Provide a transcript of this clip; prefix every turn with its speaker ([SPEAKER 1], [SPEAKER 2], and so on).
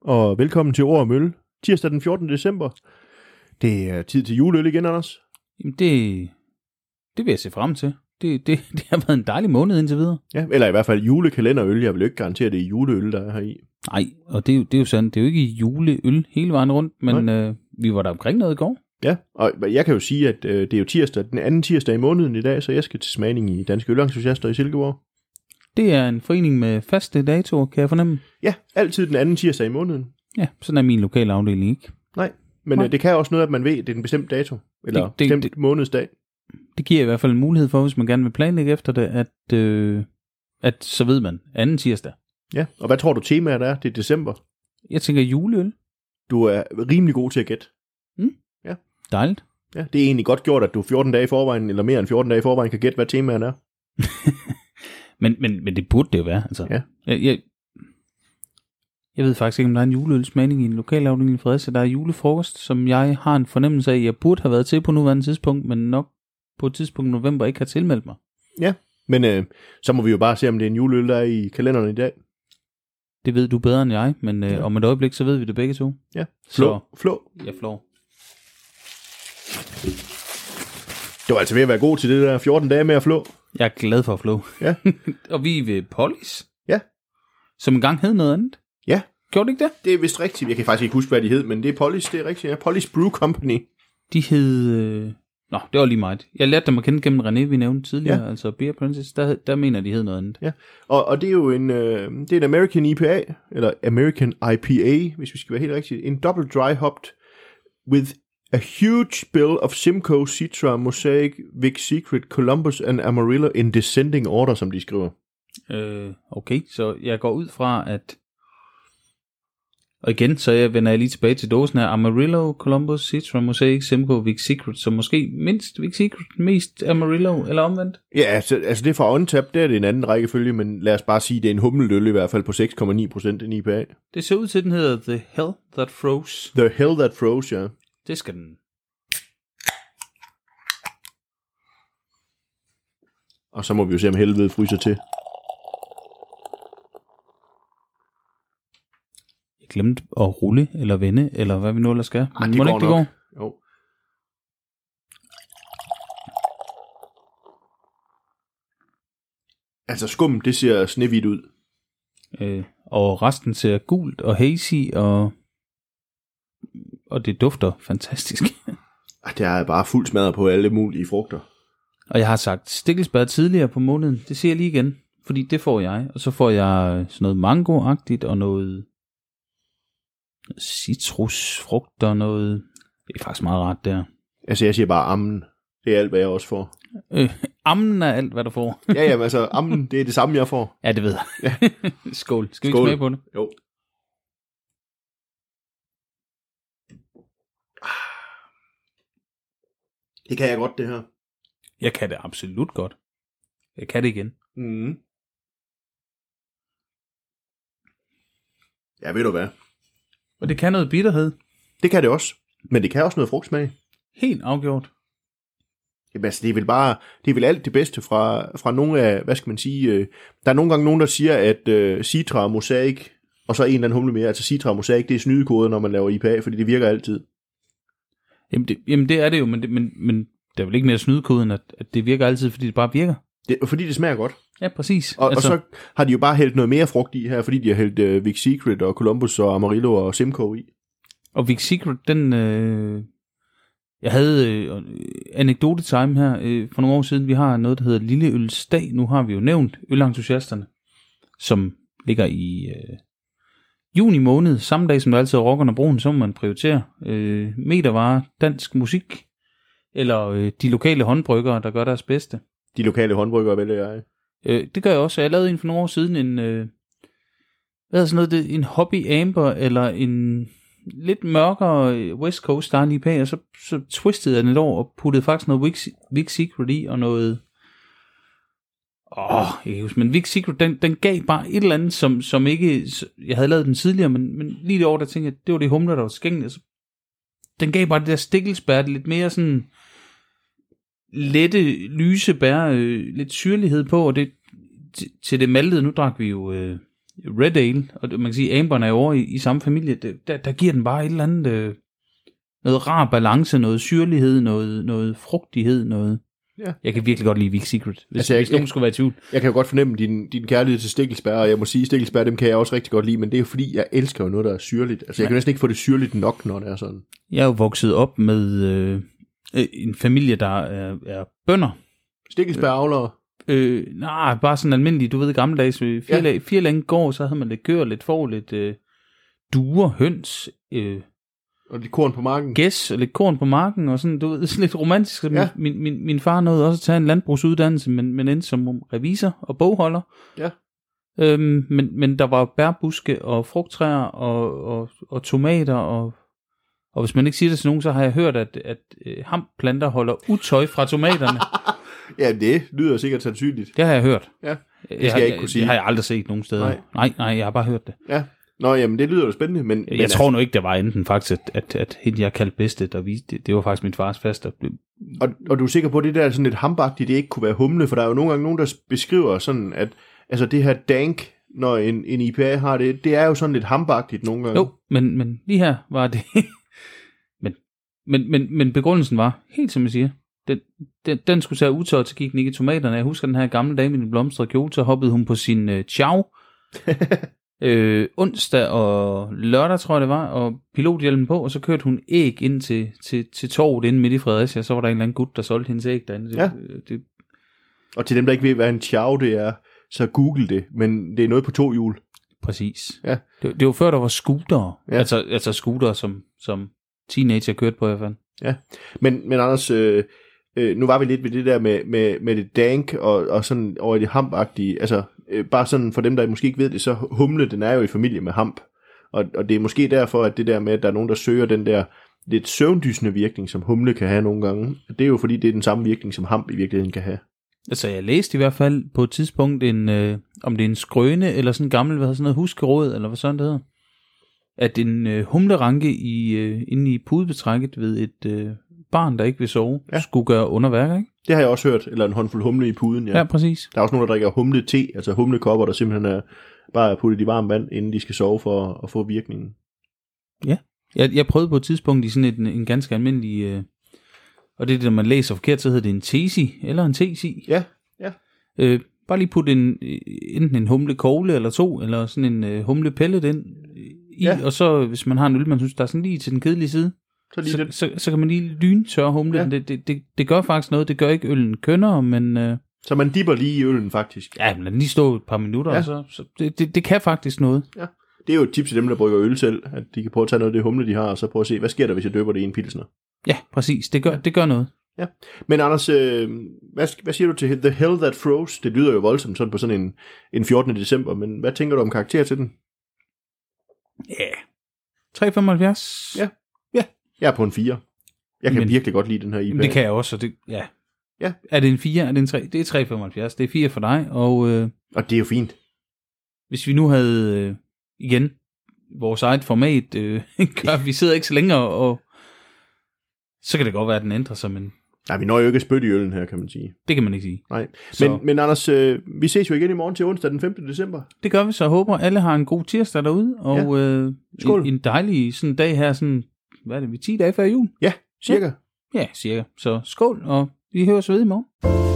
[SPEAKER 1] og velkommen til Ord og Mølle, tirsdag den 14. december. Det er tid til juleøl igen, Anders.
[SPEAKER 2] Jamen det, det vil jeg se frem til. Det, det, det har været en dejlig måned indtil videre.
[SPEAKER 1] Ja, eller i hvert fald julekalenderøl. Jeg vil jo ikke garantere, at det er juleøl, der er her i.
[SPEAKER 2] Nej, og det, er jo- det er jo sådan, det er jo ikke juleøl hele vejen rundt, men øh, vi var der omkring noget i går.
[SPEAKER 1] Ja, og jeg kan jo sige, at øh, det er jo tirsdag, den anden tirsdag i måneden i dag, så jeg skal til smagning i Danske Ølentusiaster i Silkeborg.
[SPEAKER 2] Det er en forening med faste datoer, kan jeg fornemme.
[SPEAKER 1] Ja, altid den anden tirsdag i måneden.
[SPEAKER 2] Ja, sådan er min lokale afdeling ikke.
[SPEAKER 1] Nej, men
[SPEAKER 2] Nej.
[SPEAKER 1] øh, det kan også noget, at man ved, at det er en bestemt dato, eller
[SPEAKER 2] Det-
[SPEAKER 1] det,
[SPEAKER 2] det-
[SPEAKER 1] det, bestemt
[SPEAKER 2] det-
[SPEAKER 1] månedsdag.
[SPEAKER 2] Det giver i hvert fald en mulighed for, hvis man gerne vil planlægge efter det, at, øh, at så ved man anden tirsdag.
[SPEAKER 1] Ja, og hvad tror du temaet er? Det er december.
[SPEAKER 2] Jeg tænker juleøl.
[SPEAKER 1] Du er rimelig god til at gætte.
[SPEAKER 2] Dejligt.
[SPEAKER 1] Ja, det er egentlig godt gjort, at du 14 dage i forvejen, eller mere end 14 dage i forvejen, kan gætte, hvad temaet er.
[SPEAKER 2] Men, men, men det burde det jo være. Altså.
[SPEAKER 1] Ja.
[SPEAKER 2] Jeg, jeg, jeg ved faktisk ikke, om der er en juleølsmagning i en lokal afdeling i Fredericia. Der er julefrokost, som jeg har en fornemmelse af, jeg burde have været til på nuværende tidspunkt, men nok på et tidspunkt i november ikke har tilmeldt mig.
[SPEAKER 1] Men øh, så må vi jo bare se, om det er en juleøl, der er i kalenderen i dag.
[SPEAKER 2] Det ved du bedre end jeg, men øh,
[SPEAKER 1] Ja.
[SPEAKER 2] om et øjeblik, så ved vi det begge to.
[SPEAKER 1] Ja,
[SPEAKER 2] Så.
[SPEAKER 1] flå, flå.
[SPEAKER 2] Jeg flår.
[SPEAKER 1] Du er altså ved at være god til det der 14 dage med at flå.
[SPEAKER 2] Jeg er glad for at flå.
[SPEAKER 1] Ja.
[SPEAKER 2] og vi er ved Pollis.
[SPEAKER 1] Ja.
[SPEAKER 2] Som engang hed noget andet.
[SPEAKER 1] Ja.
[SPEAKER 2] Gjorde det ikke det?
[SPEAKER 1] Det er vist rigtigt. Jeg kan faktisk ikke huske, hvad de hed, men det er Polly's, det er rigtigt. Ja. Polly's Brew Company.
[SPEAKER 2] De hed... Øh... Nå, det var lige meget. Jeg lærte dem at kende gennem René, vi nævnte tidligere, ja. altså Beer Princess. Der, hed- der mener jeg, de hed noget andet.
[SPEAKER 1] Og, og det er jo en, øh, det er en American IPA, eller American IPA, hvis vi skal være helt rigtige. En double dry hopped with a huge bill of Simcoe, Citra, Mosaic, Vic Secret, Columbus and Amarillo in descending order, som de skriver.
[SPEAKER 2] Øh, okay, så jeg går ud fra, at... Og igen, så jeg vender jeg lige tilbage til dåsen af Amarillo, Columbus, Citra, Mosaic, Simcoe, Vic Secret, så måske mindst Vic Secret, mest Amarillo, eller omvendt.
[SPEAKER 1] Ja, altså, altså det er fra OnTap, der er det en anden rækkefølge, men lad os bare sige, det er en hummeløl i hvert fald på 6,9 procent en IPA.
[SPEAKER 2] Det ser ud til, at den hedder The Hell That Froze.
[SPEAKER 1] The Hell That Froze, ja.
[SPEAKER 2] Det skal den.
[SPEAKER 1] Og så må vi jo se, om helvede fryser til.
[SPEAKER 2] Jeg glemte at rulle, eller vende, eller hvad vi nu ellers skal.
[SPEAKER 1] Ej, det
[SPEAKER 2] mon
[SPEAKER 1] går
[SPEAKER 2] ikke, det
[SPEAKER 1] nok.
[SPEAKER 2] går?
[SPEAKER 1] Jo. Altså skum, det ser snehvidt ud.
[SPEAKER 2] Øh, og resten ser gult og hazy, og, og det dufter fantastisk.
[SPEAKER 1] Ah, Der er bare fuld smadret på alle mulige frugter.
[SPEAKER 2] og jeg har sagt stikkelsbær tidligere på måneden. Det siger jeg lige igen, fordi det får jeg. Og så får jeg øh, sådan noget mangoagtigt og noget citrusfrugt og noget... Det er faktisk meget rart der.
[SPEAKER 1] Altså jeg siger bare ammen. Det er alt, hvad jeg også får.
[SPEAKER 2] Øh, ammen er alt, hvad du får.
[SPEAKER 1] Ja, jamen altså, ammen, det er det samme, jeg får.
[SPEAKER 2] ja, det ved jeg. Skål. Skal vi ikke
[SPEAKER 1] Skål.
[SPEAKER 2] smage på det?
[SPEAKER 1] Jo. Ah. Det kan jeg godt, det her.
[SPEAKER 2] Jeg kan det absolut godt. Jeg kan det igen.
[SPEAKER 1] Mm. Ja, ved du hvad?
[SPEAKER 2] Og det kan noget bitterhed.
[SPEAKER 1] Det kan det også. Men det kan også noget frugtsmag.
[SPEAKER 2] Helt afgjort.
[SPEAKER 1] Jamen altså, det er vel bare, det er vel alt det bedste fra, fra nogle af, hvad skal man sige, øh, der er nogle gange nogen, der siger, at øh, Citra og Mosaic, og så en eller anden humle mere, altså Citra og Mosaic, det er snydekoder, når man laver IPA, fordi det virker altid.
[SPEAKER 2] Jamen det, jamen det er det jo, men, det, men, men der er vel ikke mere snydekode, end at, at det virker altid, fordi det bare virker.
[SPEAKER 1] Det, og fordi det smager godt.
[SPEAKER 2] Ja, præcis.
[SPEAKER 1] Og, altså, og så har de jo bare hældt noget mere frugt i her, fordi de har hældt øh, Vic Secret og Columbus og Amarillo og Simcoe i.
[SPEAKER 2] og Vic Secret, den... Øh, jeg havde øh, anekdote time her øh, for nogle år siden. Vi har noget, der hedder Lilleølsdag. Nu har vi jo nævnt ølentusiasterne, som ligger i øh, juni måned. Samme dag, som der altid er rockerne og broen, så må man prioritere øh, metervarer, dansk musik, eller øh, de lokale håndbryggere, der gør deres bedste.
[SPEAKER 1] De lokale håndbryggere vælger jeg.
[SPEAKER 2] Øh, det gør jeg også. Jeg lavede en for nogle år siden en, øh, hvad er sådan noget, det, en hobby amber, eller en lidt mørkere øh, West Coast Star IPA, og så, så twistede jeg den lidt over og puttede faktisk noget Vic, Vic Secret i, og noget... Åh, oh, jeg kan ikke huske, men Vic Secret, den, den gav bare et eller andet, som, som ikke... s- Jeg havde lavet den tidligere, men, men lige det år, der tænkte jeg, det var det humler, der var skænket, og så den gav bare det der stikkelsbær, det lidt mere sådan lette, lyse bær, øh, lidt syrlighed på, og det, til- til det maltede, nu drak vi jo øh, Red Ale, og det- man kan sige, amberne er jo over i, i samme familie, det, der, der giver den bare et eller andet, øh, noget rar balance, noget syrlighed, noget, noget frugtighed, noget...
[SPEAKER 1] Ja.
[SPEAKER 2] Jeg kan virkelig godt lide Vic Secret, hvis,
[SPEAKER 1] Altså,
[SPEAKER 2] altså,
[SPEAKER 1] jeg-
[SPEAKER 2] hvis nogen
[SPEAKER 1] jeg-
[SPEAKER 2] skulle være i tvivl.
[SPEAKER 1] Jeg kan jo godt fornemme din, din kærlighed til stikkelsbær, og jeg må sige, stikkelsbær, dem kan jeg også rigtig godt lide, men det er jo fordi, jeg elsker jo noget, der er syrligt. Altså, jeg kan næsten ikke få det syrligt nok, når det er sådan.
[SPEAKER 2] Jeg er jo vokset op med øh, øh, en familie, der er, er bønder.
[SPEAKER 1] Stikkelsbær avler,
[SPEAKER 2] Øh, nej, bare sådan almindelig, du ved, gammeldags. øh, Fire, ja. fire længe går, så havde man lidt gør, lidt får, lidt øh, duer, høns, øh,
[SPEAKER 1] og lidt korn på marken.
[SPEAKER 2] gæs og lidt korn på marken, og sådan, du ved, sådan lidt romantisk.
[SPEAKER 1] Ja.
[SPEAKER 2] Ja. Min, min, min far nåede også at tage en landbrugsuddannelse, men, men endte som revisor og bogholder.
[SPEAKER 1] Ja.
[SPEAKER 2] Øhm, men, men der var bærbuske og frugttræer og, og, og tomater, og, og hvis man ikke siger det til nogen, så har jeg hørt, at, at øh, hamplanter holder utøj fra tomaterne.
[SPEAKER 1] Ja, det lyder sikkert sandsynligt.
[SPEAKER 2] det har jeg hørt.
[SPEAKER 1] Ja.
[SPEAKER 2] Det
[SPEAKER 1] skal jeg ikke kunne sige.
[SPEAKER 2] Det har jeg aldrig set nogen steder.
[SPEAKER 1] Nej.
[SPEAKER 2] Nej, nej, nej jeg har bare hørt det.
[SPEAKER 1] Ja. Nå, jamen, det lyder jo spændende, men... altså-
[SPEAKER 2] Jeg
[SPEAKER 1] men
[SPEAKER 2] tror nu ikke, der var enten faktisk, at, at, at hende, jeg kaldte bedste, der viste det, det var faktisk min fars fast, der blev
[SPEAKER 1] Og, og du er sikker på, at det der sådan lidt hambagtigt, det ikke kunne være humle, for der er jo nogle gange nogen, der beskriver sådan, at altså det her dank, når en, en IPA har det, det er jo sådan lidt hambagtigt nogle gange.
[SPEAKER 2] Jo, men, men lige her var det... men, men, men, men begrundelsen var, helt som jeg siger, den, den, den skulle tage utøjet, så gik den ikke i tomaterne. Jeg husker den her gamle dame i den blomstrede kjole, så hoppede hun på sin øh, chow. øh, onsdag og lørdag, tror jeg det var, og pilothjelmen på, og så kørte hun æg ind til, til, til torvet inde midt i Fredericia. Så var der en eller anden gut, der solgte hendes æg derinde. Det,
[SPEAKER 1] Ja.
[SPEAKER 2] øh, det,
[SPEAKER 1] Og til dem, der ikke ved, hvad en chow det er, så google det, men det er noget på to hjul.
[SPEAKER 2] Præcis.
[SPEAKER 1] Ja.
[SPEAKER 2] Det, det var før, der var scootere.
[SPEAKER 1] Ja.
[SPEAKER 2] Ja. Altså, altså scootere, som, som teenager kørte på i hvert fald.
[SPEAKER 1] Men, men Anders, øh, øh, nu var vi lidt ved det der med, med, med det dank og, og sådan over i det hampagtige. Altså, øh, bare sådan for dem, der måske ikke ved det, så humle, den er jo i familie med hamp. Og, og det er måske derfor, at det der med, at der er nogen, der søger den der lidt søvndysende virkning, som humle kan have nogle gange. Det er jo fordi, det er den samme virkning, som hamp i virkeligheden kan have.
[SPEAKER 2] Altså, jeg læste i hvert fald på et tidspunkt en, øh, om det er en skrøne, eller sådan en gammel, hvad hedder sådan noget, huskeråd, eller hvad sådan det hedder, at en øh, humleranke i, øh, inde i pudebetrækket ved et øh, barn, der ikke vil sove,
[SPEAKER 1] Ja.
[SPEAKER 2] ja. skulle gøre underværker, ikke?
[SPEAKER 1] Det har jeg også hørt, eller en håndfuld humle i puden, ja.
[SPEAKER 2] Ja, ja præcis.
[SPEAKER 1] Der er også nogen, der drikker humle te, altså humlekopper, der simpelthen er bare er puttet i varmt vand, inden de skal sove for at- at få virkningen.
[SPEAKER 2] Jeg, jeg prøvede på et tidspunkt i sådan et, en, en ganske almindelig, øh, og det er det, når man læser forkert, så hedder det en tesi, eller en tesi.
[SPEAKER 1] Ja, ja.
[SPEAKER 2] Øh, bare lige putte en, øh, enten en humlekogle eller to, eller sådan en øh, humlepellet ind øh, i,
[SPEAKER 1] Ja.
[SPEAKER 2] ja. og så hvis man har en øl, man synes, der er sådan lige til den kedelige side,
[SPEAKER 1] Så lige
[SPEAKER 2] så,
[SPEAKER 1] den.
[SPEAKER 2] så, så kan man lige lyntørre humlen.
[SPEAKER 1] Ja.
[SPEAKER 2] Ja. Det, det, det, det gør faktisk noget. Det gør ikke øllen kønnere, men øh,
[SPEAKER 1] Så man dipper lige i øllen, faktisk.
[SPEAKER 2] ja, men lad den lige stå et par minutter,
[SPEAKER 1] Ja.
[SPEAKER 2] ja. og så, så det, det, det kan faktisk noget.
[SPEAKER 1] Det er jo et tip til dem, der brygger øl selv, at de kan prøve at tage noget af det humle, de har, og så prøve at se, hvad sker der, hvis jeg døber det i en pilsner.
[SPEAKER 2] Ja, præcis. Det gør, ja. det gør noget.
[SPEAKER 1] Men Anders, øh, hvad, hvad siger du til The Hell That Froze? Det lyder jo voldsomt sådan på sådan en, en 14. december, men hvad tænker du om karakter til den?
[SPEAKER 2] Ja. 3,75?
[SPEAKER 1] Ja. Jeg er på en 4. Jeg kan
[SPEAKER 2] Men-
[SPEAKER 1] virkelig godt lide den her IPA.
[SPEAKER 2] Jamen, det kan jeg også. Og det, ja.
[SPEAKER 1] Ja.
[SPEAKER 2] Er det en 4? Er det en 3? Det er 3,75. Det er 4 for dig. Og øh,
[SPEAKER 1] Og det er jo fint.
[SPEAKER 2] hvis vi nu havde, øh, igen, vores eget format, øh, gør, vi sidder ikke så længere, og så kan det godt være, at den ændrer sig, men
[SPEAKER 1] Nej, vi når jo ikke at spytte i øllen her, kan man sige.
[SPEAKER 2] det kan man ikke sige.
[SPEAKER 1] Nej.
[SPEAKER 2] Så-
[SPEAKER 1] Men, men Anders, øh, vi ses jo igen i morgen til onsdag den 5. december.
[SPEAKER 2] Det gør vi så. Jeg håber, alle har en god tirsdag derude, og ja. øh,
[SPEAKER 1] Skål.
[SPEAKER 2] en, en dejlig sådan dag her, sådan, hvad er det, vi er 10 dage før jul?
[SPEAKER 1] Ja, cirka.
[SPEAKER 2] Ja, cirka. Så skål, og vi høres ved i morgen.